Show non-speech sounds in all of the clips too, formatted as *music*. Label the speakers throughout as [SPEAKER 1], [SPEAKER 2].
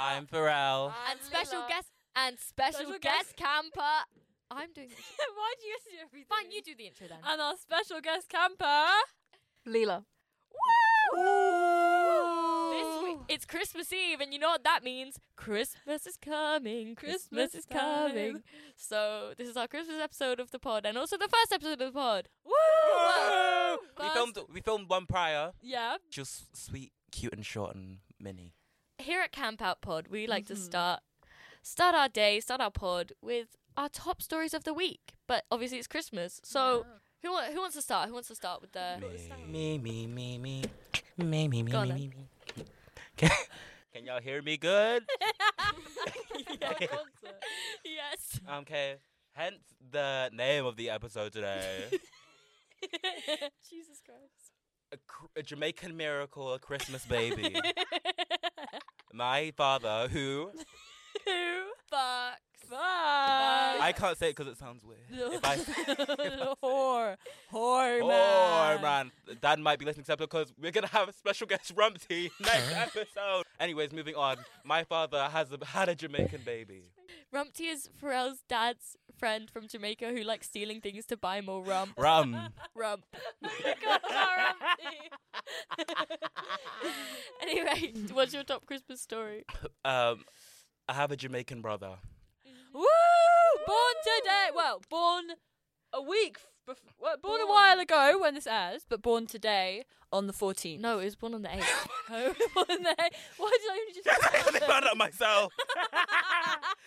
[SPEAKER 1] I'm Pharrell.
[SPEAKER 2] and special guest and special,
[SPEAKER 3] Special guest-
[SPEAKER 2] guest camper. I'm
[SPEAKER 3] *laughs*
[SPEAKER 2] doing. This.
[SPEAKER 3] Why do you do everything?
[SPEAKER 2] Fine, you do the intro then.
[SPEAKER 3] And our special guest camper.
[SPEAKER 2] Leela.
[SPEAKER 3] Woo! This week it's Christmas Eve, and you know what that means? Christmas is coming. Christmas,
[SPEAKER 2] Christmas
[SPEAKER 3] is coming. So this is our Christmas episode of the pod, and also the first episode of the pod.
[SPEAKER 1] Woo! We
[SPEAKER 3] Buzz.
[SPEAKER 1] filmed we filmed one prior.
[SPEAKER 3] Yeah.
[SPEAKER 1] Just sweet, cute and short and mini.
[SPEAKER 3] Here at Camp Out Pod, we like to start start our day, start our pod with our top stories of the week. But obviously it's Christmas, so who wa- who wants to start? Uh, Who wants to start with the?
[SPEAKER 1] *laughs*
[SPEAKER 3] *laughs*
[SPEAKER 1] Me, me, me, me. Me, me, me,
[SPEAKER 3] Go on
[SPEAKER 1] me,
[SPEAKER 3] then.
[SPEAKER 1] me, me. Can, can y'all hear me good? *laughs*
[SPEAKER 3] yes.
[SPEAKER 1] Um, Okay. Hence the name of the
[SPEAKER 3] *laughs*
[SPEAKER 1] episode today.
[SPEAKER 3] *laughs* Jesus Christ.
[SPEAKER 1] a, cr- a Jamaican miracle, a Christmas baby. My father, who
[SPEAKER 3] *laughs* Who
[SPEAKER 2] Fucks.
[SPEAKER 3] fucks?
[SPEAKER 1] I can't say it because it sounds
[SPEAKER 3] *laughs*
[SPEAKER 1] weird. *laughs* If I say
[SPEAKER 3] whore, whore,
[SPEAKER 1] Oh man, Dad might be listening to this because we're gonna have a special guest Rumpty *laughs* next episode. Anyways, moving on. My father has a, had a Jamaican
[SPEAKER 2] *laughs*
[SPEAKER 1] baby.
[SPEAKER 3] Rumpty is Pharrell's dad's friend from Jamaica who likes stealing things to buy more rum.
[SPEAKER 1] Rum.
[SPEAKER 3] *laughs* Rump. *laughs* anyway, what's your top Christmas story?
[SPEAKER 1] Um, I have a
[SPEAKER 2] *laughs*
[SPEAKER 1] Jamaican brother. *laughs*
[SPEAKER 2] Woo!
[SPEAKER 3] Born
[SPEAKER 2] today.
[SPEAKER 3] Well,
[SPEAKER 2] born a week. born, a while ago when this airs, but born today on the 14th.
[SPEAKER 3] No, it was born on the
[SPEAKER 1] *laughs*
[SPEAKER 3] 8th.
[SPEAKER 2] born there. *laughs* Why did I only just?
[SPEAKER 1] I found
[SPEAKER 2] *laughs*
[SPEAKER 1] out myself.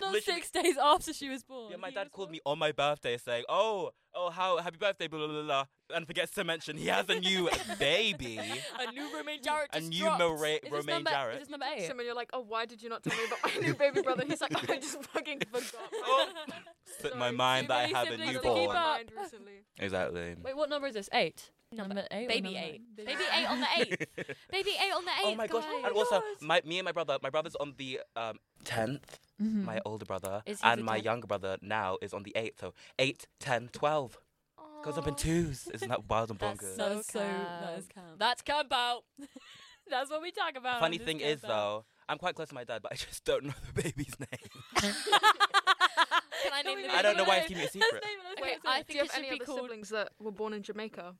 [SPEAKER 2] Not
[SPEAKER 1] Literally.
[SPEAKER 2] six days after she was born.
[SPEAKER 1] Yeah, my dad called me on my birthday saying, "Oh, oh, how happy birthday, blah blah blah,", blah," and forgets to mention he has
[SPEAKER 2] *laughs*
[SPEAKER 1] a new baby,
[SPEAKER 3] A new romaine Jarrett
[SPEAKER 1] a
[SPEAKER 3] just
[SPEAKER 1] new
[SPEAKER 3] dropped. *laughs*
[SPEAKER 1] Mora-
[SPEAKER 2] Is this
[SPEAKER 1] romaine
[SPEAKER 2] number, Is
[SPEAKER 1] Jarrett.
[SPEAKER 2] this number eight?
[SPEAKER 4] Someone you're like, oh, why did you not tell me about my new baby brother? He's like, I just fucking forgot.
[SPEAKER 1] Oh, slipped my
[SPEAKER 4] Sorry,
[SPEAKER 1] mind
[SPEAKER 2] too
[SPEAKER 1] that I
[SPEAKER 2] many
[SPEAKER 1] have a
[SPEAKER 2] siblings to
[SPEAKER 4] I forgot
[SPEAKER 2] keep
[SPEAKER 1] newborn.
[SPEAKER 2] up.
[SPEAKER 4] my mind recently.
[SPEAKER 1] Exactly.
[SPEAKER 2] Wait, what number is this? Eight. Number eight. or
[SPEAKER 3] Baby
[SPEAKER 2] number
[SPEAKER 3] eight.
[SPEAKER 2] nine?
[SPEAKER 3] Baby 8 on the
[SPEAKER 1] *laughs*
[SPEAKER 3] 8th. Baby 8 on the 8th.
[SPEAKER 1] Oh my gosh!
[SPEAKER 3] guys.
[SPEAKER 1] and also, my me and my brother, my brother's on the um 10th
[SPEAKER 2] Mm-hmm.
[SPEAKER 1] My older brother
[SPEAKER 3] Mm. Is he
[SPEAKER 1] and
[SPEAKER 3] the
[SPEAKER 1] my
[SPEAKER 3] 10th?
[SPEAKER 1] younger brother now is on the 8th. So 8, 10, 12 goes up in
[SPEAKER 3] Aw.
[SPEAKER 1] twos. Isn't that wild and
[SPEAKER 3] That's
[SPEAKER 1] bonkers?
[SPEAKER 3] so
[SPEAKER 2] That's so. That is camp.
[SPEAKER 3] That's camp out. *laughs* That's what we talk about. *laughs*
[SPEAKER 1] Funny
[SPEAKER 3] on this
[SPEAKER 1] thing
[SPEAKER 3] camp
[SPEAKER 1] is
[SPEAKER 3] out.
[SPEAKER 1] *laughs* though, I'm quite close to my dad, but I just don't know the baby's
[SPEAKER 3] *laughs*
[SPEAKER 1] name.
[SPEAKER 3] Can I name the
[SPEAKER 1] I don't know
[SPEAKER 3] baby?
[SPEAKER 1] why it's keeping it a secret.
[SPEAKER 3] *laughs* Wait, I
[SPEAKER 4] Do
[SPEAKER 3] think
[SPEAKER 4] you
[SPEAKER 3] it
[SPEAKER 4] have any
[SPEAKER 3] should be
[SPEAKER 4] other
[SPEAKER 3] called.
[SPEAKER 4] siblings that were born in Jamaica?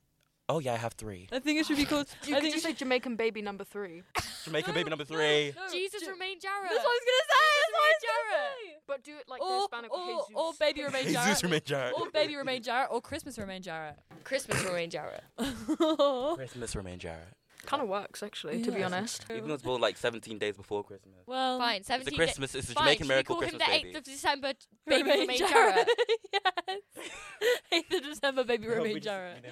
[SPEAKER 1] Oh yeah, I have three.
[SPEAKER 2] I think it should be called.
[SPEAKER 4] You
[SPEAKER 2] I
[SPEAKER 4] could
[SPEAKER 2] think
[SPEAKER 4] just say Jamaican baby number three.
[SPEAKER 1] Jamaican baby number three.
[SPEAKER 3] Jesus, remain Jarrett.
[SPEAKER 2] That's what I
[SPEAKER 4] But do it like the
[SPEAKER 2] was gonna
[SPEAKER 4] Hispanic
[SPEAKER 2] say. Or,
[SPEAKER 4] Jesus.
[SPEAKER 2] or, or baby remain
[SPEAKER 1] Jesus
[SPEAKER 2] Jarrett.
[SPEAKER 1] remain Jarrett.
[SPEAKER 2] Or baby remain Jarrett. Or Christmas remain *laughs* Jarrett.
[SPEAKER 3] Christmas remain Jarrett.
[SPEAKER 1] Christmas remain Jarrett.
[SPEAKER 4] kind of works actually, to be
[SPEAKER 2] Yeah.
[SPEAKER 4] honest.
[SPEAKER 1] Even though it's born like 17 days before Christmas.
[SPEAKER 2] Well, *laughs*
[SPEAKER 3] Fine,
[SPEAKER 1] It's a
[SPEAKER 3] seventeen. da-
[SPEAKER 1] Christmas. It's a
[SPEAKER 3] Fine, should
[SPEAKER 1] Jamaican
[SPEAKER 3] we
[SPEAKER 1] miracle
[SPEAKER 3] call
[SPEAKER 1] Christmas
[SPEAKER 3] him the
[SPEAKER 1] baby.
[SPEAKER 3] eighth of December. t- Baby
[SPEAKER 2] Remain
[SPEAKER 3] remain
[SPEAKER 2] Jarrett.
[SPEAKER 3] Jarrett.
[SPEAKER 2] *laughs* yes. 8th of December, baby *laughs* remain Jarrett.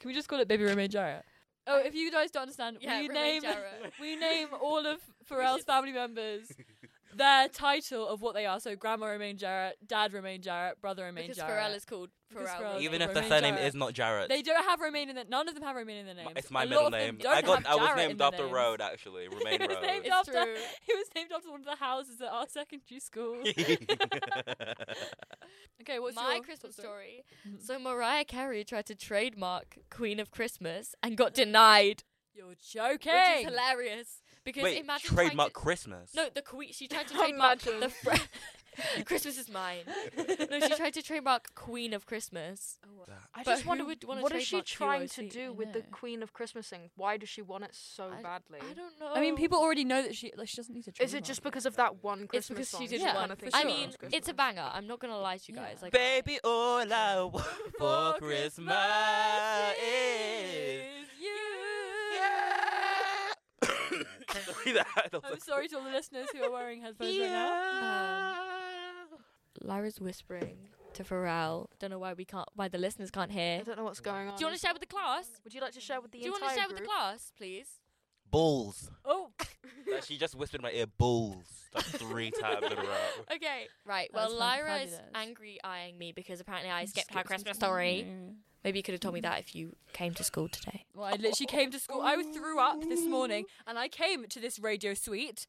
[SPEAKER 2] Can we just call it baby remain Jarrett? Oh, if you guys don't understand,
[SPEAKER 3] Yeah,
[SPEAKER 2] we
[SPEAKER 3] remain
[SPEAKER 2] name
[SPEAKER 3] Jarrett.
[SPEAKER 2] *laughs* we name all
[SPEAKER 3] *laughs*
[SPEAKER 2] of Pharrell's family
[SPEAKER 1] *laughs*
[SPEAKER 2] members their title of what they are. So grandma remain Jarrett, dad remain Jarrett, brother remain
[SPEAKER 3] Because
[SPEAKER 2] Jarrett.
[SPEAKER 3] Pharrell is called
[SPEAKER 2] Because
[SPEAKER 3] Pharrell.
[SPEAKER 2] Pharrell's
[SPEAKER 1] Even
[SPEAKER 2] Like
[SPEAKER 1] if the
[SPEAKER 2] remain
[SPEAKER 1] surname
[SPEAKER 2] Oh, Jarrett.
[SPEAKER 1] is not Jarrett.
[SPEAKER 2] They don't have remain in their none of them have remain in their names.
[SPEAKER 1] it's my
[SPEAKER 2] A lot
[SPEAKER 1] middle
[SPEAKER 2] of them
[SPEAKER 1] name.
[SPEAKER 2] don't
[SPEAKER 1] I got.
[SPEAKER 2] have
[SPEAKER 1] I was
[SPEAKER 2] Jarrett in
[SPEAKER 1] named
[SPEAKER 2] their
[SPEAKER 1] after
[SPEAKER 2] names. *laughs*
[SPEAKER 1] Road actually. Romain
[SPEAKER 2] It was named
[SPEAKER 1] Road.
[SPEAKER 3] It's
[SPEAKER 2] after
[SPEAKER 3] true.
[SPEAKER 2] *laughs* it was named after one of the houses at our secondary
[SPEAKER 1] *laughs*
[SPEAKER 2] school. okay, what's
[SPEAKER 3] my
[SPEAKER 2] your
[SPEAKER 3] Christmas story.
[SPEAKER 2] Mm-hmm.
[SPEAKER 3] So Mariah Carey tried to trademark Queen of Christmas and got denied,
[SPEAKER 2] You're joking.
[SPEAKER 3] which is hilarious. Because
[SPEAKER 1] Wait,
[SPEAKER 3] imagine trying
[SPEAKER 1] trademark
[SPEAKER 3] to-
[SPEAKER 1] Christmas.
[SPEAKER 3] No, the Queen. She tried to trademark
[SPEAKER 4] Imagine.
[SPEAKER 3] the
[SPEAKER 2] *laughs*
[SPEAKER 3] fr- *laughs* Christmas is mine. no, she tried to trademark Queen of Christmas.
[SPEAKER 4] I
[SPEAKER 3] But
[SPEAKER 4] just
[SPEAKER 3] who
[SPEAKER 4] wonder
[SPEAKER 3] would wanna
[SPEAKER 4] what is she
[SPEAKER 3] trademark
[SPEAKER 4] trying
[SPEAKER 3] QOC?
[SPEAKER 4] to
[SPEAKER 3] I
[SPEAKER 4] do with the
[SPEAKER 2] know.
[SPEAKER 4] Queen of Christmas thing? Why does she want it so
[SPEAKER 3] I-
[SPEAKER 4] badly?
[SPEAKER 3] I don't know.
[SPEAKER 2] I mean, people already know that she like she doesn't need to.
[SPEAKER 4] Is it just because of that one
[SPEAKER 3] It's
[SPEAKER 4] Christmas
[SPEAKER 3] because
[SPEAKER 4] song?
[SPEAKER 3] she did
[SPEAKER 2] Yeah,
[SPEAKER 3] one.
[SPEAKER 2] for
[SPEAKER 3] I
[SPEAKER 2] sure.
[SPEAKER 3] mean, it's a banger. I'm not gonna lie to you
[SPEAKER 2] Yeah.
[SPEAKER 3] guys. Like,
[SPEAKER 1] Baby, all I want for Christmas is *laughs* Sorry, that- that was
[SPEAKER 2] I'm
[SPEAKER 3] *laughs*
[SPEAKER 1] like-
[SPEAKER 2] sorry to all the listeners who are wearing headphones right now. Um,
[SPEAKER 3] Lyra's whispering to Pharrell. Don't know why we can't, why the listeners can't hear.
[SPEAKER 4] I don't know what's going on.
[SPEAKER 3] Do you want to share with the class?
[SPEAKER 4] Would you like to share with the
[SPEAKER 3] Do you want to
[SPEAKER 4] entire
[SPEAKER 3] share with
[SPEAKER 4] group?
[SPEAKER 3] the class, please?
[SPEAKER 1] Balls.
[SPEAKER 2] Oh,
[SPEAKER 1] Like,
[SPEAKER 4] *laughs*
[SPEAKER 1] she just whispered in my ear, balls, like three times in a
[SPEAKER 2] *laughs*
[SPEAKER 1] row.
[SPEAKER 3] Okay. Right.
[SPEAKER 2] That
[SPEAKER 3] Well,
[SPEAKER 2] was fun-
[SPEAKER 3] Lyra is
[SPEAKER 2] fabulous.
[SPEAKER 3] angry eyeing me because apparently I skipped her Christmas story. Maybe you could have told me that if you came to school *laughs* today.
[SPEAKER 2] Well, I literally came to school. I threw up this morning, and I came to this radio suite,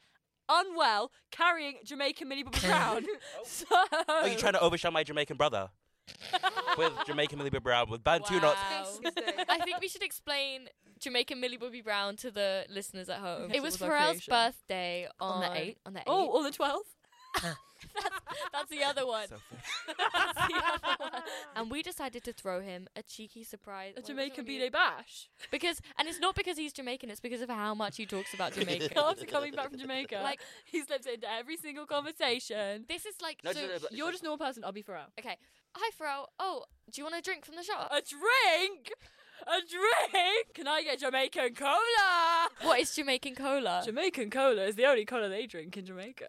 [SPEAKER 2] unwell, carrying Jamaican
[SPEAKER 3] *laughs*
[SPEAKER 2] Millie Bobby *laughs* Brown.
[SPEAKER 3] Oh.
[SPEAKER 2] so
[SPEAKER 1] Are you trying to overshine my Jamaican brother?
[SPEAKER 2] *laughs*
[SPEAKER 1] with Jamaican Millie Brown, with Bantu knots.
[SPEAKER 3] Wow. I think we should explain Jamaican Millie Bobby Brown to the listeners at home.
[SPEAKER 2] Yes,
[SPEAKER 3] it was Pharrell's birthday on,
[SPEAKER 4] the 8th.
[SPEAKER 3] On the eighth.
[SPEAKER 2] Oh, on the 12th?
[SPEAKER 3] that's the other one.
[SPEAKER 1] Sophie.
[SPEAKER 3] *laughs* That's the *laughs* other one. And we decided to throw him a cheeky surprise.
[SPEAKER 2] A
[SPEAKER 3] Wait,
[SPEAKER 2] Jamaican
[SPEAKER 3] what's it
[SPEAKER 2] B-Day bash.
[SPEAKER 3] with you? Because and it's not because he's Jamaican. It's because of how much he talks about
[SPEAKER 2] *laughs*
[SPEAKER 3] Jamaica.
[SPEAKER 2] After coming back from Jamaica.
[SPEAKER 3] Like-
[SPEAKER 2] Like, he slips into every single conversation.
[SPEAKER 3] this is like
[SPEAKER 1] No,
[SPEAKER 3] so.
[SPEAKER 1] just- it's
[SPEAKER 2] You're
[SPEAKER 1] like-
[SPEAKER 2] just a normal person, I'll be Pharrell.
[SPEAKER 3] Okay, hi Pharrell. Oh, do you want a drink from the shop?
[SPEAKER 2] A drink? A drink? Can I get Jamaican cola?
[SPEAKER 3] what is Jamaican cola?
[SPEAKER 2] Jamaican cola is the only cola they drink in *laughs* Jamaica.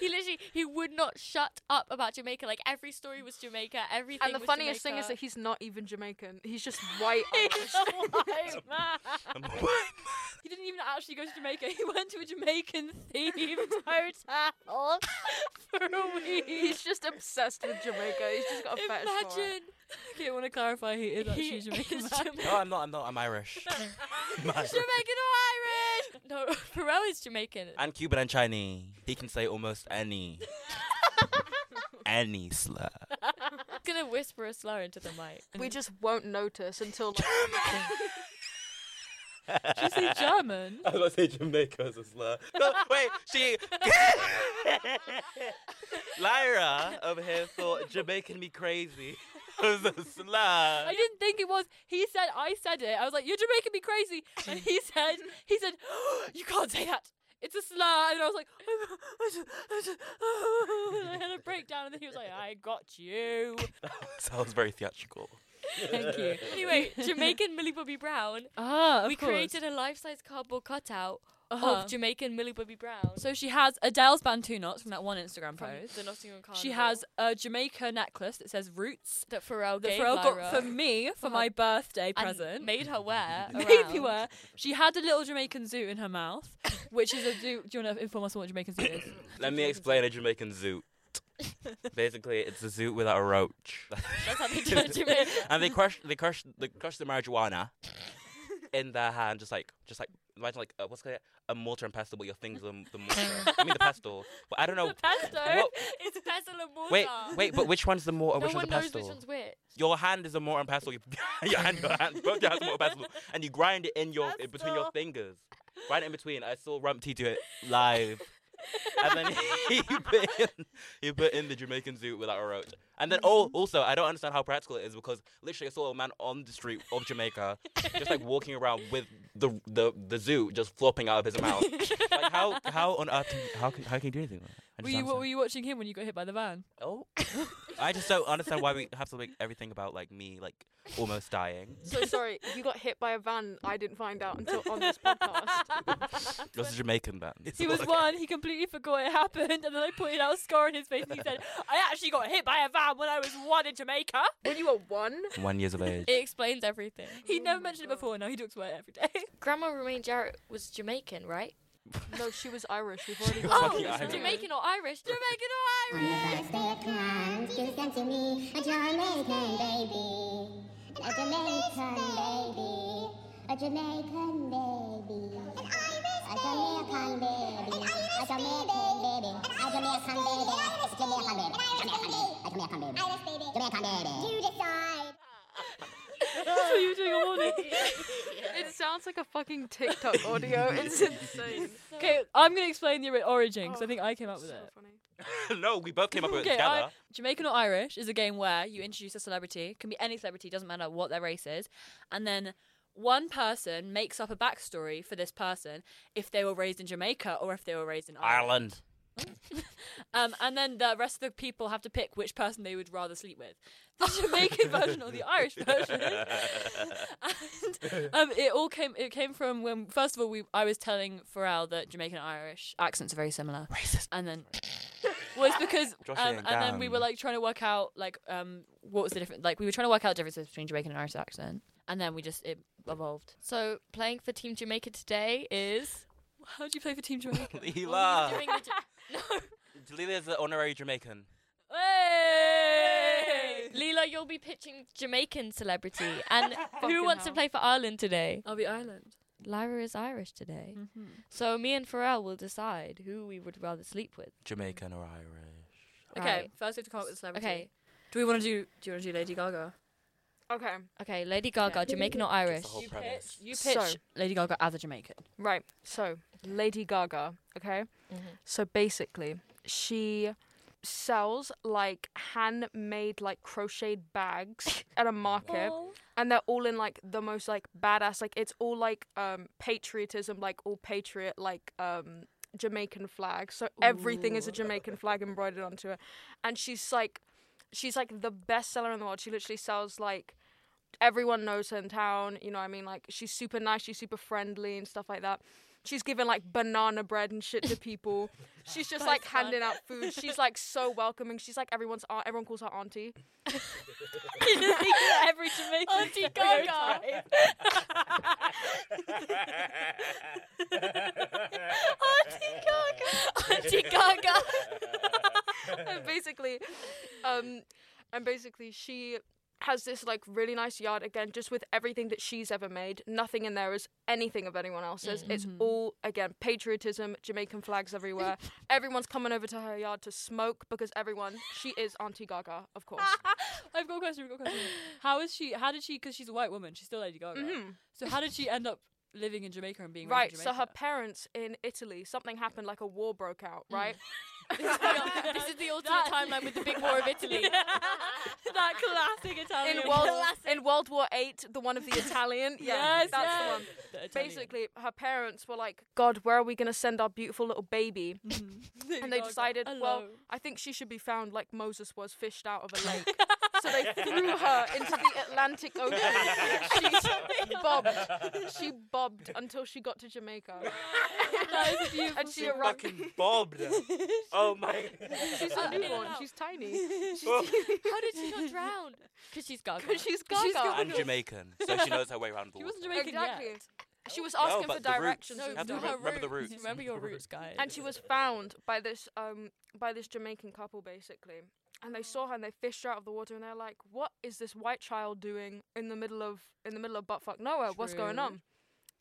[SPEAKER 3] he literally he would not shut up about Jamaica. Like every story was Jamaica. Everything.
[SPEAKER 4] And the
[SPEAKER 3] was
[SPEAKER 4] funniest thing is
[SPEAKER 3] Jamaica.
[SPEAKER 4] that he's not even Jamaican. He's just white.
[SPEAKER 2] *laughs*
[SPEAKER 4] Irish.
[SPEAKER 1] I'm
[SPEAKER 2] he didn't even actually go to Jamaica. He went to a Jamaican *laughs* themed hotel for a week.
[SPEAKER 4] he's just obsessed with Jamaica. He's just got a fetish for it.
[SPEAKER 3] Imagine.
[SPEAKER 2] *laughs* Okay, I want to clarify he is
[SPEAKER 3] He
[SPEAKER 2] actually Jamaican.
[SPEAKER 3] is
[SPEAKER 2] man.
[SPEAKER 3] Jamaican.
[SPEAKER 1] No, I'm not. I'm not. I'm Irish.
[SPEAKER 2] *laughs*
[SPEAKER 1] Man.
[SPEAKER 3] Jamaican or Irish? No, *laughs* Pharrell is Jamaican.
[SPEAKER 1] and Cuban and Chinese. He can say almost any, any slur.
[SPEAKER 3] I'm gonna whisper a slur into the mic.
[SPEAKER 4] We just won't notice until like,
[SPEAKER 2] Did you say German?
[SPEAKER 1] *laughs* I was about to say Jamaica as a slur. No, wait, she. *laughs* Lyra over here thought Jamaican me crazy *laughs* was a slur.
[SPEAKER 2] I
[SPEAKER 1] *laughs*
[SPEAKER 2] didn't think it was. He said, I said it. I was like, you're Jamaican me crazy. And *laughs* he said, he said, *gasps* you can't say that. It's a slur. And I was like, *laughs* and I had a breakdown. And then he was like, I got you.
[SPEAKER 1] Sounds very theatrical.
[SPEAKER 2] Thank you.
[SPEAKER 1] *laughs*
[SPEAKER 3] Anyway, Jamaican Millie Bobby Brown.
[SPEAKER 2] Ah, of
[SPEAKER 3] we
[SPEAKER 2] course.
[SPEAKER 3] created a life-size cardboard cutout
[SPEAKER 2] Uh-huh.
[SPEAKER 3] of Jamaican Millie Bobby Brown.
[SPEAKER 2] So she has Adele's bantu knots from that one Instagram
[SPEAKER 3] from
[SPEAKER 2] post.
[SPEAKER 3] the Nottingham Carnival.
[SPEAKER 2] She has a Jamaica necklace that says roots
[SPEAKER 3] that Pharrell
[SPEAKER 2] that
[SPEAKER 3] gave
[SPEAKER 2] Pharrell
[SPEAKER 3] Lyra
[SPEAKER 2] got for me for
[SPEAKER 3] for
[SPEAKER 2] my
[SPEAKER 3] her-
[SPEAKER 2] birthday
[SPEAKER 3] and
[SPEAKER 2] present.
[SPEAKER 3] Made her
[SPEAKER 1] *laughs*
[SPEAKER 3] wear.
[SPEAKER 2] Made me
[SPEAKER 3] *laughs* around.
[SPEAKER 2] wear. She had a little Jamaican zoo in her mouth, which is a zoo. Do you want to inform us on what Jamaican zoo is? *coughs*
[SPEAKER 1] Let me explain a Jamaican zoot. Basically, it's a zoot without a roach. *laughs*
[SPEAKER 3] That's how they do it in Jamaica.
[SPEAKER 1] and they crush, they crush, they crush the marijuana in their hand, just like, just like imagine like uh, what's it called a mortar and pestle, but your things the, the mortar.
[SPEAKER 3] *laughs*
[SPEAKER 1] I mean the pestle, but I don't know.
[SPEAKER 3] Pesto.
[SPEAKER 1] What?
[SPEAKER 3] It's pestle and mortar.
[SPEAKER 1] Wait, wait, but which one's the mortar?
[SPEAKER 3] No
[SPEAKER 1] which
[SPEAKER 3] one
[SPEAKER 1] one's the
[SPEAKER 3] knows
[SPEAKER 1] pestle?
[SPEAKER 3] which one's which.
[SPEAKER 1] Your hand is a mortar and pestle. Your, *laughs* your hand, your hand, both your hands are mortar and pestle, and you grind it in your in between your
[SPEAKER 2] Pestle.
[SPEAKER 1] fingers, right in between. I saw Rumpty do it live, and then *laughs* he put in, he put in the Jamaican zoo without a roach. And then oh, also I don't understand how practical it is because literally I saw a man on the street of Jamaica, *laughs*
[SPEAKER 3] *laughs*
[SPEAKER 1] just like walking around with the the, the zoo just flopping out of his mouth. like how how on earth can, how can how can you do anything? Like that? I
[SPEAKER 2] Were
[SPEAKER 1] just
[SPEAKER 2] you,
[SPEAKER 1] don't
[SPEAKER 2] were you watching him when you got hit by the
[SPEAKER 1] *laughs*
[SPEAKER 2] van?
[SPEAKER 1] Oh, I just don't understand why we have to make everything about like me, like almost dying.
[SPEAKER 4] so sorry. You got hit by a van. I didn't find out until on this
[SPEAKER 1] *laughs*
[SPEAKER 4] podcast.
[SPEAKER 1] It was a Jamaican band.
[SPEAKER 2] He was one. He completely forgot it happened, and then I pointed out a scar on his face, and he said, "I actually got hit by a van when I was one in Jamaica."
[SPEAKER 4] When you were one,
[SPEAKER 1] one years of age.
[SPEAKER 3] It explains everything.
[SPEAKER 2] He
[SPEAKER 4] Oh
[SPEAKER 2] never
[SPEAKER 4] my
[SPEAKER 2] mentioned
[SPEAKER 4] God.
[SPEAKER 2] it before. Now he talks about it every day.
[SPEAKER 3] *laughs* Grandma Romaine Jarrett was Jamaican, right?
[SPEAKER 4] no, she was Irish. We've already.
[SPEAKER 1] was
[SPEAKER 4] got
[SPEAKER 1] fucking
[SPEAKER 4] that.
[SPEAKER 1] Irish.
[SPEAKER 3] Jamaican or Irish? Jamaican or
[SPEAKER 5] On your birthday comes, you sent to me a Jamaican baby, a Jamaican baby, a Jamaican baby, an Irish a Jamaican baby, a Jamaican baby, a Jamaican baby, a Jamaican baby, a Jamaican baby, a Jamaican baby, Jamaican baby. You decide.
[SPEAKER 2] That's what you were doing all morning.
[SPEAKER 3] *laughs*
[SPEAKER 4] It sounds like a fucking TikTok audio. It's insane.
[SPEAKER 2] Okay, I'm gonna explain the ori- origin because I think I came up with
[SPEAKER 4] So
[SPEAKER 3] Oh.
[SPEAKER 2] it.
[SPEAKER 4] funny.
[SPEAKER 1] *laughs* no, we both came up with it
[SPEAKER 2] Okay, I-
[SPEAKER 1] together.
[SPEAKER 2] Jamaican or Irish is a game where you introduce a celebrity, can be any celebrity, doesn't matter what their race is, and then one person makes up a backstory for this person if they were raised in Jamaica or if they were raised in Ireland.
[SPEAKER 1] Ireland.
[SPEAKER 2] Um, and then the rest of the people have to pick which person they would rather sleep with *laughs* the Jamaican version or the Irish version. and um, it all came it came from when first of all we I was telling Pharrell that Jamaican and Irish accents are very similar. Racist. And then was because
[SPEAKER 1] Josh
[SPEAKER 2] um,
[SPEAKER 1] ain't
[SPEAKER 2] and then we
[SPEAKER 1] down.
[SPEAKER 2] were like trying to work out like um what was the difference like we were trying to work out differences between Jamaican and Irish accent and then we just it evolved.
[SPEAKER 3] So playing for Team Jamaica today is
[SPEAKER 2] How do you play for Team *laughs* Jamaica?
[SPEAKER 1] Leela.
[SPEAKER 3] doing the Ja-
[SPEAKER 1] Leela's the honorary Jamaican.
[SPEAKER 2] hey!
[SPEAKER 3] Leela. You'll be pitching Jamaican celebrity, and who
[SPEAKER 4] Fucking
[SPEAKER 3] wants to
[SPEAKER 4] hell.
[SPEAKER 3] play for Ireland today?
[SPEAKER 2] I'll be Ireland.
[SPEAKER 3] Lyra is Irish today, so me and Pharrell will decide who we would rather sleep with.
[SPEAKER 1] Jamaican or Irish? *laughs*
[SPEAKER 2] Okay,
[SPEAKER 3] Right.
[SPEAKER 2] first we have to come up with a celebrity.
[SPEAKER 3] Okay,
[SPEAKER 2] Do we want to do? Do you want to do Lady Gaga?
[SPEAKER 4] Okay.
[SPEAKER 3] Okay, Lady Gaga, Jamaican or Irish?
[SPEAKER 1] whole
[SPEAKER 2] you
[SPEAKER 1] premise.
[SPEAKER 2] pitch, you pitch
[SPEAKER 4] So-
[SPEAKER 2] Lady Gaga as a *laughs* Jamaican.
[SPEAKER 4] Right. So, Lady Gaga, okay?
[SPEAKER 3] Mhm.
[SPEAKER 4] So basically, she sells like handmade like crocheted bags at a market
[SPEAKER 3] *laughs*
[SPEAKER 4] and they're all in like the most like badass like it's all like um patriotism like all patriot like um Jamaican flag. So everything is a Jamaican flag embroidered onto it. And she's like she's like the best seller in the world. She literally sells like everyone knows her in town, you know what I mean? Like she's super nice, she's super friendly and stuff like that. She's giving like banana bread and shit to people. She's just like
[SPEAKER 3] fun.
[SPEAKER 4] handing out food. She's like so welcoming. She's like everyone's aunt. Everyone calls her auntie.
[SPEAKER 2] Every Jamaican.
[SPEAKER 4] *laughs*
[SPEAKER 3] Auntie Gaga. Auntie Gaga. *laughs* Auntie
[SPEAKER 1] *laughs*
[SPEAKER 3] Gaga.
[SPEAKER 4] and *laughs* basically, um, and basically she has this like really nice yard again, just with everything that she's ever made. Nothing in there is anything of anyone else's.
[SPEAKER 2] Mm.
[SPEAKER 4] It's
[SPEAKER 2] Mm-hmm.
[SPEAKER 4] all again patriotism, Jamaican
[SPEAKER 2] *laughs*
[SPEAKER 4] flags everywhere. Everyone's coming over to her yard to smoke because everyone she is Auntie Gaga, of course.
[SPEAKER 2] *laughs* Ah. I've got a question. I've got a question. How is she? How did she? Because she's a white woman. She's still Lady Gaga. So how did she end up living in Jamaica and being
[SPEAKER 4] Mm-hmm. right.
[SPEAKER 2] raised in
[SPEAKER 4] So her
[SPEAKER 2] Jamaica?
[SPEAKER 4] parents in Italy, something happened, like a war broke out,
[SPEAKER 2] Mm. *laughs*
[SPEAKER 4] right? *laughs*
[SPEAKER 3] *laughs* this is the alternate
[SPEAKER 2] That-
[SPEAKER 3] timeline with the big war of *laughs* Italy.
[SPEAKER 2] *laughs* that classic Italian. *laughs*
[SPEAKER 4] in World in World War Eight, the one of the Italian. Yeah,
[SPEAKER 2] yes,
[SPEAKER 4] that's
[SPEAKER 2] yes.
[SPEAKER 4] the one.
[SPEAKER 2] The Italian.
[SPEAKER 4] Basically, her parents were like, "God, where are we gonna send our beautiful little baby?"
[SPEAKER 2] *laughs* Lady
[SPEAKER 4] *laughs* And they
[SPEAKER 2] Gaga.
[SPEAKER 4] decided, well,
[SPEAKER 3] Alone.
[SPEAKER 4] I think she should be found like Moses was fished out of
[SPEAKER 3] *laughs*
[SPEAKER 4] a lake. so they threw her into the Atlantic Ocean. She bobbed. She bobbed until she got
[SPEAKER 3] *laughs*
[SPEAKER 4] to Jamaica.
[SPEAKER 2] that is beautiful.
[SPEAKER 4] And she arrived.
[SPEAKER 1] Fucking bobbed. oh my.
[SPEAKER 4] She's
[SPEAKER 3] Uh,
[SPEAKER 4] a
[SPEAKER 3] in and
[SPEAKER 4] newborn.
[SPEAKER 3] out.
[SPEAKER 4] She's
[SPEAKER 3] *laughs*
[SPEAKER 4] tiny. *laughs*
[SPEAKER 1] *laughs*
[SPEAKER 3] How did she not drown? Because she's *laughs* Gaga.
[SPEAKER 4] She's Gaga.
[SPEAKER 2] She's Gaga.
[SPEAKER 1] and Jamaican, so she knows her way around the
[SPEAKER 2] She
[SPEAKER 1] world.
[SPEAKER 2] wasn't Jamaican
[SPEAKER 4] Exactly.
[SPEAKER 2] yet.
[SPEAKER 4] She was
[SPEAKER 1] No,
[SPEAKER 4] asking
[SPEAKER 1] but
[SPEAKER 4] for
[SPEAKER 1] the roots.
[SPEAKER 4] directions.
[SPEAKER 3] no,
[SPEAKER 1] Have
[SPEAKER 3] do
[SPEAKER 1] to
[SPEAKER 3] her
[SPEAKER 1] remember- remember the
[SPEAKER 3] roots.
[SPEAKER 1] roots.
[SPEAKER 3] Remember your roots, guys.
[SPEAKER 4] and she was found by this um by this Jamaican couple basically. And they saw her and they fished her out of the water and they're like, "What is this white child doing in the middle of in the middle of buttfuck nowhere? What's going
[SPEAKER 2] True.
[SPEAKER 4] on?"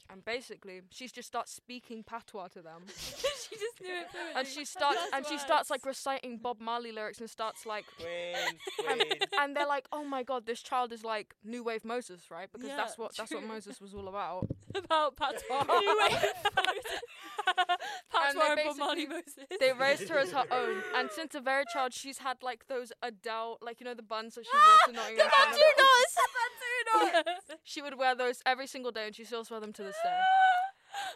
[SPEAKER 4] And basically, she just starts speaking patois
[SPEAKER 2] *laughs*
[SPEAKER 4] to them,
[SPEAKER 3] she just knew it.
[SPEAKER 4] and she starts and she starts like reciting Bob Marley lyrics and starts like,
[SPEAKER 3] *laughs*
[SPEAKER 1] Queen, queen.
[SPEAKER 4] and they're like, "Oh my God, this child is like new wave Moses, right? Because
[SPEAKER 2] Yeah,
[SPEAKER 4] that's what that's what
[SPEAKER 2] true.
[SPEAKER 4] Moses was all about."
[SPEAKER 2] *laughs* about
[SPEAKER 4] *laughs*
[SPEAKER 2] patois. *laughs* anyway, patois and, Bob Marley
[SPEAKER 4] basically-
[SPEAKER 2] Moses.
[SPEAKER 4] They raised her as *laughs* her own, and since a very child, she's had like those Adele, like you know the buns that she wore to
[SPEAKER 2] *laughs*
[SPEAKER 4] Nottingham. Town? She would wear those every single day, and she still wears them
[SPEAKER 2] *laughs*
[SPEAKER 4] to this day.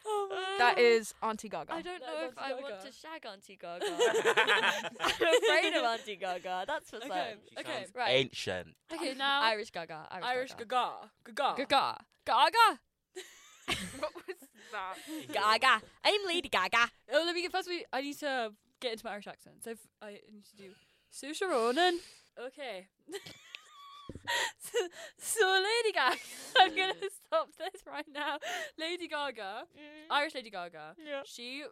[SPEAKER 2] Oh my
[SPEAKER 4] *gasps*
[SPEAKER 2] *laughs*
[SPEAKER 4] That is Auntie Gaga.
[SPEAKER 3] I don't
[SPEAKER 2] That
[SPEAKER 3] know
[SPEAKER 2] is
[SPEAKER 3] if I
[SPEAKER 2] Auntie
[SPEAKER 3] want
[SPEAKER 2] Gaga.
[SPEAKER 3] to shag Auntie Gaga. *laughs*
[SPEAKER 1] *laughs*
[SPEAKER 3] I'm afraid of Auntie Gaga. That's for
[SPEAKER 2] Okay.
[SPEAKER 3] certain.
[SPEAKER 1] She
[SPEAKER 2] Okay.
[SPEAKER 1] sounds
[SPEAKER 3] Right.
[SPEAKER 1] Ancient.
[SPEAKER 2] Okay, now
[SPEAKER 3] Irish Gaga. *laughs* Irish,
[SPEAKER 2] Irish
[SPEAKER 3] Gaga.
[SPEAKER 2] Gaga. Gaga.
[SPEAKER 3] Gaga. Gaga.
[SPEAKER 4] what was that?
[SPEAKER 3] Gaga. I'm Lady Gaga.
[SPEAKER 2] Oh, let me get first. We I need to get into my Irish accent. So if I need to do Susha Ronan. Okay. so, *laughs* so Lady Gaga. *laughs* I'm gonna stop this right now. Lady Gaga, Irish Lady Gaga.
[SPEAKER 3] Mm. Yeah.
[SPEAKER 2] She.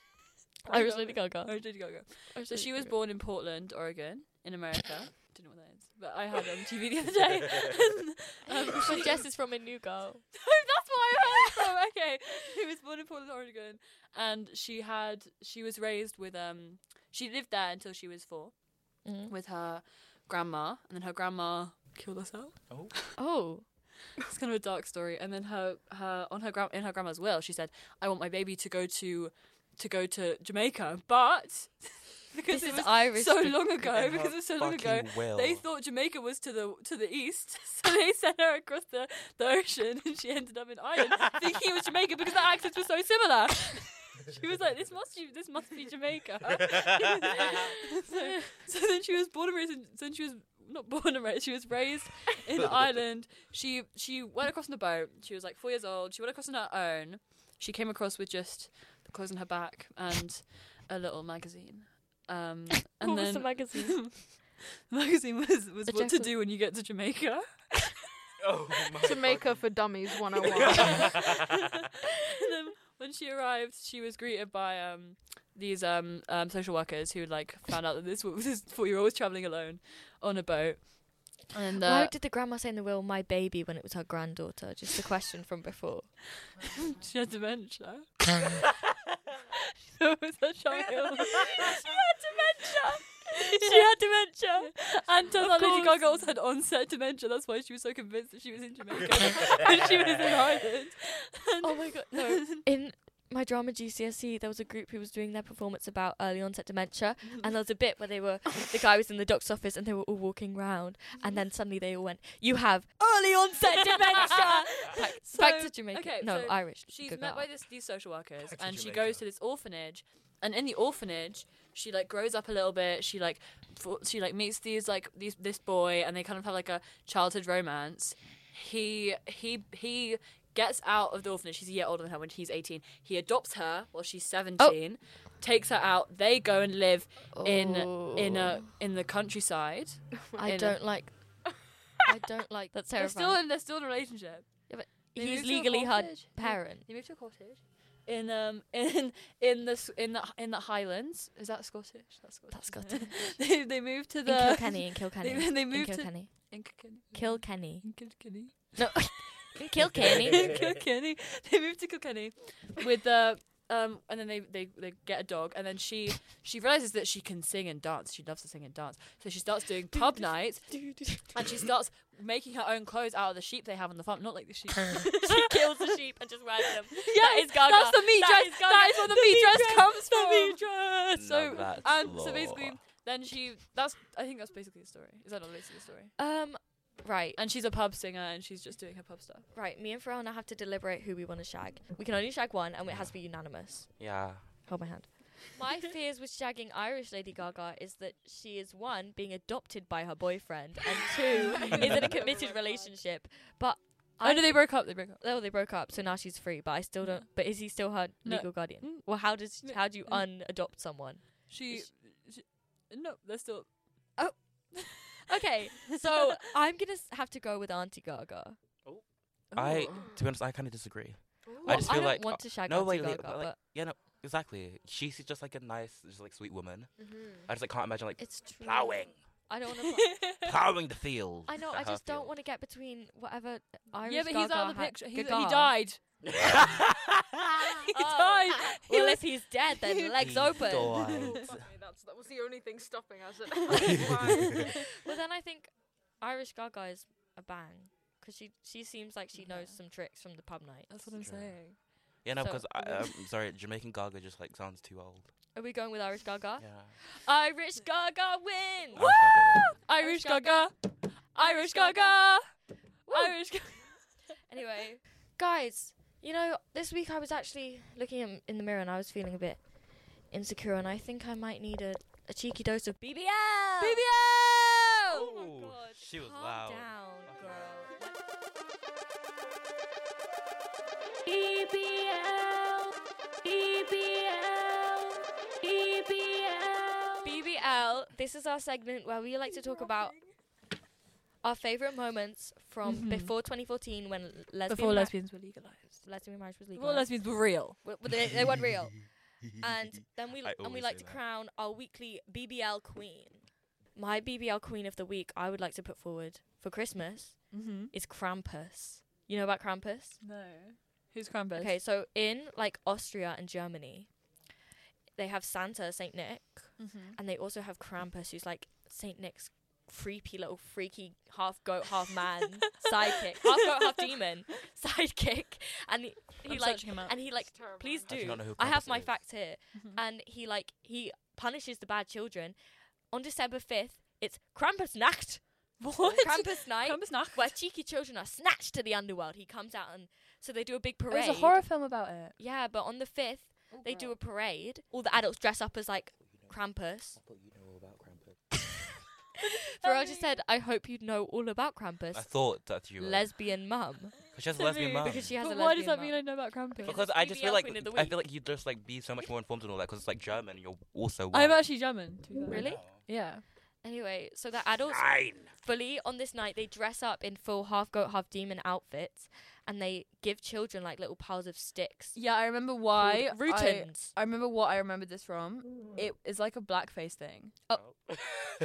[SPEAKER 2] *laughs*
[SPEAKER 3] Irish Lady Gaga.
[SPEAKER 2] Irish Lady Gaga.
[SPEAKER 3] Irish
[SPEAKER 2] So
[SPEAKER 3] Lady
[SPEAKER 2] she
[SPEAKER 3] *laughs*
[SPEAKER 2] was
[SPEAKER 3] Gaga.
[SPEAKER 2] born in Portland, Oregon, in America. *coughs* Don't know what that is, but I had it on TV the other day. *laughs*
[SPEAKER 3] *laughs*
[SPEAKER 2] And, um,
[SPEAKER 3] But Jess is from a new girl.
[SPEAKER 2] that's what I heard from. Okay, she was born in Portland, Oregon, and she had she was raised with um she lived there until she was 4
[SPEAKER 3] Mhm.
[SPEAKER 2] with her grandma, and then her grandma killed herself. *laughs*
[SPEAKER 3] Oh.
[SPEAKER 2] It's kind of a dark story. And then her her on her gra- in her grandma's will, she said, "I want my baby to go to to go to Jamaica," but *laughs* because
[SPEAKER 3] This
[SPEAKER 2] it
[SPEAKER 3] is
[SPEAKER 2] was
[SPEAKER 3] Irish
[SPEAKER 2] so
[SPEAKER 3] be-
[SPEAKER 2] long ago,
[SPEAKER 1] And her
[SPEAKER 2] because it was so long ago,
[SPEAKER 1] fucking will.
[SPEAKER 2] they thought Jamaica was to the to the east, *laughs* so they sent her across the, the ocean, and she ended up in Ireland, thinking it was Jamaica because the accents were so similar. *laughs* she was like, "This must be this must be Jamaica." *laughs* so, so then she was born and raised. In, so then she was not born and raised. She was raised in Ireland. She she went across on a boat. She was like four years old. She went across on her own. She came across with just the clothes on her back and a little magazine. Um, and
[SPEAKER 3] *laughs* what
[SPEAKER 2] then
[SPEAKER 3] was the magazine?
[SPEAKER 2] the *laughs* magazine was, was
[SPEAKER 3] The
[SPEAKER 2] what to
[SPEAKER 3] Jackal-
[SPEAKER 2] do when you get to Jamaica. *laughs*
[SPEAKER 1] Oh my
[SPEAKER 3] *laughs*
[SPEAKER 4] Jamaica for *laughs* Dummies 101.
[SPEAKER 2] And then when she arrived, she was greeted by um these um, um social workers who like found out that this w- *laughs* this four year old was traveling alone on a boat. And
[SPEAKER 3] Why
[SPEAKER 2] uh,
[SPEAKER 3] did the grandma say in the will, my baby, when it was her granddaughter? Just a question from before.
[SPEAKER 2] *laughs* she had dementia. *laughs* she thought it was her child. *laughs*
[SPEAKER 3] she had dementia. *laughs* she had dementia.
[SPEAKER 2] And turns out Lady
[SPEAKER 3] course.
[SPEAKER 2] Gaga also had onset dementia. That's why she was so convinced that she was in Jamaica *laughs* when she was in Ireland. And
[SPEAKER 3] Oh my god, no. In my drama GCSE, E, there was a group who was doing their performance about early onset dementia, and there was a bit where they were, the guy was in the doc's office and they were all walking round, and then suddenly they all went, You have early onset
[SPEAKER 2] *laughs*
[SPEAKER 3] dementia! back, back
[SPEAKER 2] So,
[SPEAKER 3] to Jamaica.
[SPEAKER 2] okay,
[SPEAKER 3] no,
[SPEAKER 2] so
[SPEAKER 3] Irish.
[SPEAKER 2] she's
[SPEAKER 3] Good
[SPEAKER 2] met
[SPEAKER 3] girl.
[SPEAKER 2] by this, these social workers
[SPEAKER 1] Back to
[SPEAKER 2] and she
[SPEAKER 1] Jamaica.
[SPEAKER 2] goes to this orphanage and in the orphanage she like grows up a little bit she like fo- she like meets these like these this boy and they kind of have like a childhood romance he he he gets out of the orphanage he's a year older than her when he's 18 he adopts her while she's
[SPEAKER 3] Oh.
[SPEAKER 2] 17 takes her out they go and live in in a in the countryside in
[SPEAKER 3] I
[SPEAKER 2] a-
[SPEAKER 3] don't like. I don't like.
[SPEAKER 2] *laughs*
[SPEAKER 3] That's
[SPEAKER 2] they're
[SPEAKER 3] terrifying.
[SPEAKER 2] still in they're still in a relationship they
[SPEAKER 3] He's
[SPEAKER 2] moved to a
[SPEAKER 3] legally her
[SPEAKER 2] cottage. They-
[SPEAKER 3] parent.
[SPEAKER 2] They moved to a cottage in um *laughs* in in the s- in the in the Highlands. Is that Scottish? That's Scottish.
[SPEAKER 3] That's got
[SPEAKER 2] *laughs*
[SPEAKER 3] in
[SPEAKER 2] they they moved to the
[SPEAKER 3] Kilkenny. In Kilkenny.
[SPEAKER 2] *laughs* They, they
[SPEAKER 3] in
[SPEAKER 2] moved to *laughs*
[SPEAKER 3] Kilkenny.
[SPEAKER 2] in Kilkenny.
[SPEAKER 3] Kilkenny.
[SPEAKER 2] In
[SPEAKER 3] *laughs*
[SPEAKER 2] Kilkenny.
[SPEAKER 3] No,
[SPEAKER 2] *laughs*
[SPEAKER 3] Kilkenny. *laughs*
[SPEAKER 2] Kilkenny. They moved to Kilkenny with the um, and then they, they they get a dog, and then she she realizes that she can sing and dance. She loves to sing and dance, so she starts
[SPEAKER 3] *laughs*
[SPEAKER 2] doing pub nights, and she starts making her own clothes out of the sheep they have on the farm. Not like the sheep.
[SPEAKER 3] she kills the sheep and just wears *laughs* them.
[SPEAKER 2] Yeah,
[SPEAKER 3] That is Gaga.
[SPEAKER 2] That's the meat
[SPEAKER 3] That
[SPEAKER 2] dress.
[SPEAKER 3] is Gaga.
[SPEAKER 2] that is where the,
[SPEAKER 3] The
[SPEAKER 2] meat
[SPEAKER 3] meat
[SPEAKER 2] dress,
[SPEAKER 3] dress.
[SPEAKER 2] comes
[SPEAKER 3] The
[SPEAKER 2] from.
[SPEAKER 3] meat
[SPEAKER 2] dress. So
[SPEAKER 1] Now that's
[SPEAKER 2] and so basically,
[SPEAKER 1] law.
[SPEAKER 2] then she. That's I think that's basically the story. Is that not basically the story?
[SPEAKER 3] Um, right,
[SPEAKER 2] And she's a pub singer, and she's just doing her pub stuff.
[SPEAKER 3] right. Me and Farrell now have to deliberate who we want to shag. We can only shag one, and it has to be unanimous.
[SPEAKER 1] Yeah.
[SPEAKER 3] Hold my hand. *laughs* My fears with shagging Irish Lady Gaga is that she is one being adopted by her boyfriend, and two is in a *laughs* committed relationship. But
[SPEAKER 2] I know they broke up. They broke up.
[SPEAKER 3] oh, they broke up, so now she's free. But I still don't. But is he still her
[SPEAKER 2] No.
[SPEAKER 3] legal guardian?
[SPEAKER 2] Mm.
[SPEAKER 3] Well, how does
[SPEAKER 2] No.
[SPEAKER 3] how do you
[SPEAKER 2] Mm.
[SPEAKER 3] unadopt someone?
[SPEAKER 2] She,
[SPEAKER 3] Is
[SPEAKER 2] she- no, they're still.
[SPEAKER 3] Okay, *laughs* so I'm gonna s- have to go with Auntie Gaga.
[SPEAKER 1] I,
[SPEAKER 2] oh.
[SPEAKER 1] *laughs*
[SPEAKER 2] *laughs*
[SPEAKER 1] to be honest, I kind of disagree.
[SPEAKER 3] Well,
[SPEAKER 1] just feel
[SPEAKER 3] don't
[SPEAKER 1] like- uh,
[SPEAKER 3] want to shag
[SPEAKER 1] no,
[SPEAKER 3] Auntie
[SPEAKER 1] wait,
[SPEAKER 3] Gaga,
[SPEAKER 1] wait, but, like,
[SPEAKER 3] but
[SPEAKER 1] Yeah, no, exactly. She's just like a nice, just like sweet woman. I just like can't imagine like
[SPEAKER 3] Mm-hmm. it's true.
[SPEAKER 1] plowing,
[SPEAKER 3] *laughs* I don't want to.
[SPEAKER 1] plowing the field. *laughs*
[SPEAKER 3] I know. I just don't want *laughs* to get between whatever Irish.
[SPEAKER 2] yeah, but he's out of the picture. He's, he died. he
[SPEAKER 3] Oh.
[SPEAKER 2] died. *laughs* He
[SPEAKER 3] Well,
[SPEAKER 2] was-
[SPEAKER 3] if he's dead,
[SPEAKER 2] *laughs*
[SPEAKER 3] then legs open.
[SPEAKER 4] That's, that was the only thing stopping
[SPEAKER 3] *laughs*
[SPEAKER 4] us. At *laughs* that
[SPEAKER 3] Well, then I think Irish Gaga is a bang because she she seems like she knows
[SPEAKER 2] Yeah.
[SPEAKER 3] some tricks from the pub night.
[SPEAKER 2] That's what I'm
[SPEAKER 1] Sure.
[SPEAKER 2] saying.
[SPEAKER 1] Yeah, no,
[SPEAKER 3] So- *laughs*
[SPEAKER 1] because I'm sorry, Jamaican Gaga just like sounds too old.
[SPEAKER 3] Are we going with Irish Gaga?
[SPEAKER 1] Yeah.
[SPEAKER 3] Irish Gaga wins.
[SPEAKER 1] Irish Gaga wins.
[SPEAKER 3] Irish
[SPEAKER 2] Irish Gaga. Irish Gaga. Irish *laughs* Gaga.
[SPEAKER 3] Anyway, guys, you know, this week I was actually looking in, in the mirror and I was feeling a bit insecure, and I think I might need a, a cheeky dose of BBL. BBL. Oh
[SPEAKER 1] Ooh,
[SPEAKER 3] my god.
[SPEAKER 1] she was
[SPEAKER 3] Calm
[SPEAKER 1] loud.
[SPEAKER 3] down, girl.
[SPEAKER 2] E E
[SPEAKER 3] BBL. This is our segment where we like to talk about our favorite moments from
[SPEAKER 2] Mhm.
[SPEAKER 3] before 2014 when lesbian
[SPEAKER 2] Before
[SPEAKER 3] ma-
[SPEAKER 2] lesbians were legalized.
[SPEAKER 3] lesbian marriage was legal.
[SPEAKER 2] Before lesbians were real.
[SPEAKER 3] they, they weren't real. And
[SPEAKER 1] *laughs*
[SPEAKER 3] then we
[SPEAKER 1] I
[SPEAKER 3] and we
[SPEAKER 1] always
[SPEAKER 3] like
[SPEAKER 1] say
[SPEAKER 3] to
[SPEAKER 1] that.
[SPEAKER 3] crown our weekly BBL queen. My BBL queen of the week I would like to put forward for Christmas
[SPEAKER 2] Mm-hmm.
[SPEAKER 3] is Krampus. You know about Krampus?
[SPEAKER 2] No. Who's Cranberry?
[SPEAKER 3] Okay, so in like Austria and Germany, they have Santa, Saint Nick,
[SPEAKER 2] Mm-hmm.
[SPEAKER 1] Mm.
[SPEAKER 3] and they also have Krampus, who's like Saint Nick's creepy little freaky half goat, half
[SPEAKER 1] *laughs*
[SPEAKER 3] man sidekick, half goat, half demon *laughs* sidekick, and he, he like
[SPEAKER 2] him out. Mm-hmm.
[SPEAKER 3] and he like
[SPEAKER 4] terrible.
[SPEAKER 3] please
[SPEAKER 1] I do
[SPEAKER 3] do.
[SPEAKER 1] not know who
[SPEAKER 3] I have
[SPEAKER 1] Krampus
[SPEAKER 3] my
[SPEAKER 1] is.
[SPEAKER 3] facts here, and he like he punishes the bad children. On December fifth, it's Krampus Nacht, *laughs*
[SPEAKER 2] what?
[SPEAKER 3] Krampus Night,
[SPEAKER 2] Krampus Nacht.
[SPEAKER 3] where cheeky children are snatched to the underworld. He comes out and so they do a big parade.
[SPEAKER 2] There's Oh, a horror Oh, film about it.
[SPEAKER 3] Yeah, but on the fifth, they do a parade. All the adults dress up as like
[SPEAKER 2] *laughs*
[SPEAKER 3] Krampus. *laughs*
[SPEAKER 1] thought you know about Krampus.
[SPEAKER 3] Pharrell just said, "I hope you know all about Krampus."
[SPEAKER 1] I thought that you were. Um.
[SPEAKER 3] lesbian mum
[SPEAKER 1] 'cause she has a
[SPEAKER 2] to
[SPEAKER 1] lesbian
[SPEAKER 2] me,
[SPEAKER 1] mum.
[SPEAKER 3] because she has
[SPEAKER 2] but
[SPEAKER 3] a
[SPEAKER 2] why
[SPEAKER 3] lesbian
[SPEAKER 2] does that
[SPEAKER 3] mum.
[SPEAKER 2] mean I know about Krampus?
[SPEAKER 1] Because I just feel
[SPEAKER 3] BBL
[SPEAKER 1] like
[SPEAKER 3] queen of the
[SPEAKER 1] I
[SPEAKER 3] week.
[SPEAKER 1] feel like you'd just like be so much more informed and all that because it's like German and you're also. White.
[SPEAKER 2] I'm actually German. To be fair.
[SPEAKER 3] Really?
[SPEAKER 2] Yeah.
[SPEAKER 3] Anyway, so the adults
[SPEAKER 1] Nine.
[SPEAKER 3] fully on this night they dress up in full half goat half demon outfits, and they give children like little piles of sticks.
[SPEAKER 2] Yeah, I remember why.
[SPEAKER 3] called Rootins.
[SPEAKER 2] I remember what I remembered this from. It is like a blackface thing.
[SPEAKER 3] Huh?
[SPEAKER 2] *laughs*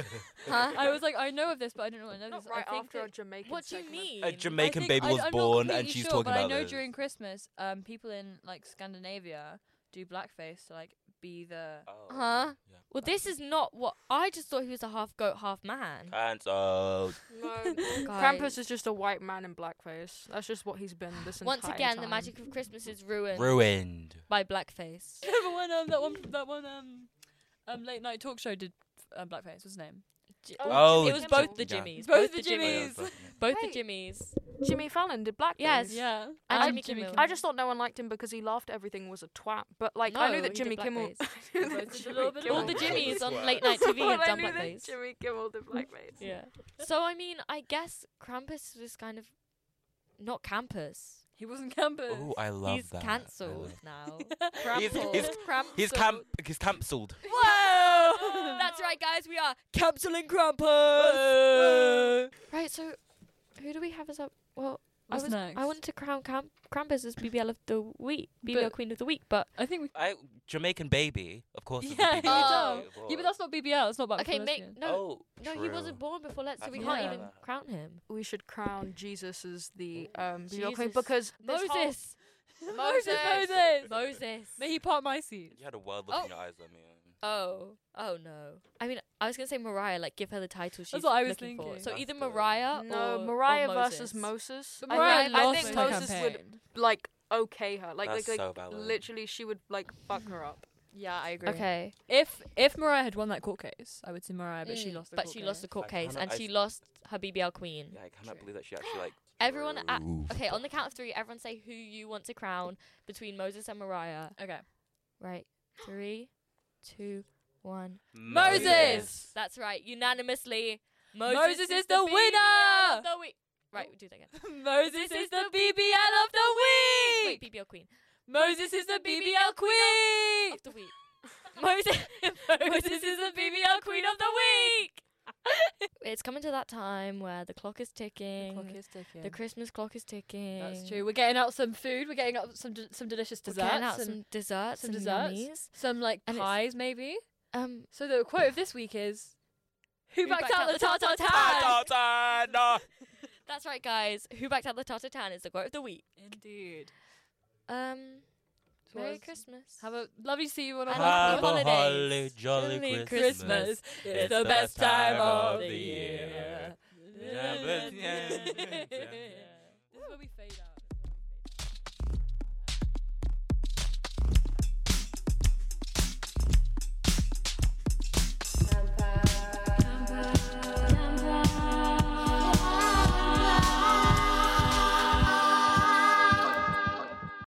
[SPEAKER 2] I was like, I know of this, but I don't know. What I know
[SPEAKER 4] Not
[SPEAKER 2] this.
[SPEAKER 4] right
[SPEAKER 2] I think
[SPEAKER 4] after a
[SPEAKER 2] that-
[SPEAKER 3] *laughs*
[SPEAKER 4] Jamaican.
[SPEAKER 3] what do you
[SPEAKER 4] segment.
[SPEAKER 3] mean?
[SPEAKER 1] A Jamaican
[SPEAKER 2] I think-
[SPEAKER 1] baby
[SPEAKER 2] I-
[SPEAKER 1] was
[SPEAKER 2] I'm not
[SPEAKER 1] born and
[SPEAKER 2] completely
[SPEAKER 1] she's
[SPEAKER 2] sure,
[SPEAKER 1] talking
[SPEAKER 2] but
[SPEAKER 1] about
[SPEAKER 2] I know
[SPEAKER 1] this.
[SPEAKER 2] during Christmas, um, people in like Scandinavia do blackface to like be the
[SPEAKER 1] Oh,
[SPEAKER 3] Huh?
[SPEAKER 1] yeah.
[SPEAKER 3] Well, this is not what I just thought he was a half goat, half man.
[SPEAKER 1] Cancelled.
[SPEAKER 3] *laughs*
[SPEAKER 4] No.
[SPEAKER 3] Guys.
[SPEAKER 4] Krampus is just a white man in blackface. That's just what he's been this entire
[SPEAKER 3] Once again,
[SPEAKER 4] time.
[SPEAKER 3] the magic of Christmas is ruined
[SPEAKER 1] Ruined.
[SPEAKER 3] by
[SPEAKER 2] *laughs*
[SPEAKER 3] blackface.
[SPEAKER 2] Remember when um, that one that one um, um late night talk show did um, blackface? What's his name?
[SPEAKER 1] Oh,
[SPEAKER 2] it was both the
[SPEAKER 1] Yeah.
[SPEAKER 2] Jimmies.
[SPEAKER 3] Both
[SPEAKER 2] Both,
[SPEAKER 3] the
[SPEAKER 2] the
[SPEAKER 1] Oh, yeah,
[SPEAKER 2] Jimmies.
[SPEAKER 1] fuck,
[SPEAKER 3] Both
[SPEAKER 4] Wait.
[SPEAKER 3] the Jimmys.
[SPEAKER 4] Jimmy Fallon did blackface.
[SPEAKER 3] Yes.
[SPEAKER 2] Yeah.
[SPEAKER 3] And
[SPEAKER 2] Um,
[SPEAKER 3] Jimmy Kimmel.
[SPEAKER 4] I just thought no one liked him because he laughed. Everything was a twat. But like, I
[SPEAKER 3] No,
[SPEAKER 4] knew
[SPEAKER 3] he
[SPEAKER 4] that
[SPEAKER 3] did
[SPEAKER 4] Jimmy Kimmel.
[SPEAKER 3] blackface.
[SPEAKER 4] *laughs* I knew
[SPEAKER 2] They
[SPEAKER 4] that
[SPEAKER 2] both did a
[SPEAKER 4] Jimmy
[SPEAKER 2] little bit of
[SPEAKER 4] Kimmel-
[SPEAKER 3] All the Jimmys on
[SPEAKER 4] *laughs*
[SPEAKER 3] late
[SPEAKER 2] *laughs*
[SPEAKER 4] That's
[SPEAKER 3] night TV
[SPEAKER 4] what
[SPEAKER 3] have
[SPEAKER 4] I
[SPEAKER 3] done
[SPEAKER 4] knew that
[SPEAKER 3] blackface.
[SPEAKER 4] Jimmy Kimmel did blackface.
[SPEAKER 2] yeah.
[SPEAKER 3] So I mean, I guess Krampus was kind of not campus.
[SPEAKER 2] He wasn't campus.
[SPEAKER 1] yeah. *laughs* Ooh, I love
[SPEAKER 3] He's
[SPEAKER 1] that. I
[SPEAKER 3] cancelled
[SPEAKER 1] love- *laughs*
[SPEAKER 3] now. *laughs*
[SPEAKER 2] *laughs*
[SPEAKER 1] He's-
[SPEAKER 3] Krampus.
[SPEAKER 1] *laughs* he's- He's camp. He's cancelled.
[SPEAKER 3] Whoa! *laughs* That's right, guys. We are canceling Krampus. Right. So, who do we have as up? Well,
[SPEAKER 2] What's
[SPEAKER 3] I was
[SPEAKER 2] next?
[SPEAKER 3] I wanted to crown Camp- Krampus as BBL of the week, BBL
[SPEAKER 2] But-
[SPEAKER 3] Queen of the week, but
[SPEAKER 2] I think we.
[SPEAKER 1] I Jamaican baby, of course. is the
[SPEAKER 2] Yeah, you
[SPEAKER 1] baby.
[SPEAKER 3] Oh.
[SPEAKER 2] do. Yeah, but that's not BBL. That's not about.
[SPEAKER 3] okay, make no,
[SPEAKER 1] Oh,
[SPEAKER 3] no, he
[SPEAKER 1] true.
[SPEAKER 3] wasn't born before Let's, so
[SPEAKER 1] I
[SPEAKER 3] we
[SPEAKER 1] forgot
[SPEAKER 3] can't
[SPEAKER 2] about
[SPEAKER 3] even
[SPEAKER 1] that.
[SPEAKER 3] crown him.
[SPEAKER 4] We should crown Jesus as the um
[SPEAKER 3] Oh, Jesus.
[SPEAKER 4] Jesus. because this whole-
[SPEAKER 3] *laughs* Moses,
[SPEAKER 2] Moses,
[SPEAKER 3] Moses.
[SPEAKER 2] Moses.
[SPEAKER 3] Moses.
[SPEAKER 2] May he part my seat.
[SPEAKER 1] You had a wild look
[SPEAKER 3] Oh.
[SPEAKER 1] in your eyes on me.
[SPEAKER 3] Oh, oh no. I mean, I was gonna say Mariah, like give her the title she's
[SPEAKER 2] what I was
[SPEAKER 3] looking for.
[SPEAKER 2] thinking.
[SPEAKER 3] So
[SPEAKER 1] That's
[SPEAKER 3] either
[SPEAKER 1] the-
[SPEAKER 3] Mariah
[SPEAKER 4] no
[SPEAKER 3] or
[SPEAKER 4] Mariah
[SPEAKER 3] or
[SPEAKER 4] versus Moses.
[SPEAKER 2] But
[SPEAKER 4] I
[SPEAKER 2] Mariah
[SPEAKER 4] think- I,
[SPEAKER 2] lost
[SPEAKER 4] think
[SPEAKER 2] her
[SPEAKER 4] Moses would
[SPEAKER 2] campaign.
[SPEAKER 4] like okay her. Like
[SPEAKER 1] That's
[SPEAKER 4] like,
[SPEAKER 1] so
[SPEAKER 4] like
[SPEAKER 1] valid.
[SPEAKER 4] literally she would like fuck her up.
[SPEAKER 2] Yeah, I agree.
[SPEAKER 3] Okay,
[SPEAKER 2] If if Mariah had won that court case, I would say Mariah, but she
[SPEAKER 3] Mm,
[SPEAKER 2] lost. The
[SPEAKER 3] but
[SPEAKER 2] court
[SPEAKER 3] she
[SPEAKER 2] case.
[SPEAKER 3] lost the court
[SPEAKER 1] I
[SPEAKER 3] case,
[SPEAKER 1] cannot-
[SPEAKER 3] and
[SPEAKER 1] I
[SPEAKER 3] she
[SPEAKER 1] s-
[SPEAKER 3] lost her BBL queen.
[SPEAKER 1] Yeah, I cannot believe that she
[SPEAKER 2] *gasps*
[SPEAKER 1] actually like.
[SPEAKER 3] Everyone at-
[SPEAKER 1] drove.
[SPEAKER 3] Okay, on the count of three, everyone say who you want to crown between Moses and Mariah.
[SPEAKER 2] Okay.
[SPEAKER 3] Right, three, two, one.
[SPEAKER 2] Moses! Moses!
[SPEAKER 3] That's right, unanimously.
[SPEAKER 2] Moses is the
[SPEAKER 3] BBL
[SPEAKER 2] winner!
[SPEAKER 3] of the week. Right, we'll do that again.
[SPEAKER 2] Moses is the BBL of the
[SPEAKER 3] Wait,
[SPEAKER 2] week.
[SPEAKER 3] BBL queen
[SPEAKER 2] Moses is the BBL queen.
[SPEAKER 3] of the week. Moses, *laughs*
[SPEAKER 2] Moses is the BBL queen of the week.
[SPEAKER 3] *laughs* It's coming to that time where the clock is ticking.
[SPEAKER 2] ticking. *laughs*
[SPEAKER 3] The Christmas clock is ticking.
[SPEAKER 2] That's true. We're getting out some food. We're getting out some d- some delicious
[SPEAKER 3] We're
[SPEAKER 2] desserts.
[SPEAKER 3] getting out
[SPEAKER 2] some,
[SPEAKER 3] some desserts,
[SPEAKER 2] some
[SPEAKER 3] and
[SPEAKER 2] desserts.
[SPEAKER 3] yummies.
[SPEAKER 2] some, like
[SPEAKER 3] And it's-
[SPEAKER 2] pies maybe.
[SPEAKER 3] Um,
[SPEAKER 2] So the quote of this week is, "Who, backed, out, the tartar
[SPEAKER 3] tartar
[SPEAKER 2] tan?"
[SPEAKER 1] Tartana!
[SPEAKER 3] that's right, guys. Who backed out the tartar tan is the quote of the week.
[SPEAKER 2] Indeed.
[SPEAKER 3] Um,
[SPEAKER 2] So
[SPEAKER 3] Merry
[SPEAKER 2] it's-
[SPEAKER 3] Christmas.
[SPEAKER 2] Have a lovely see you on a
[SPEAKER 3] And
[SPEAKER 2] holiday.
[SPEAKER 1] Have
[SPEAKER 3] happy
[SPEAKER 1] a holly
[SPEAKER 3] holidays.
[SPEAKER 1] jolly
[SPEAKER 3] Merry
[SPEAKER 1] Christmas.
[SPEAKER 2] Christmas is
[SPEAKER 1] It's
[SPEAKER 2] the best time of the
[SPEAKER 1] year.
[SPEAKER 2] year.
[SPEAKER 1] Yeah, but- yeah, yeah.
[SPEAKER 2] *laughs* This is where we fade out.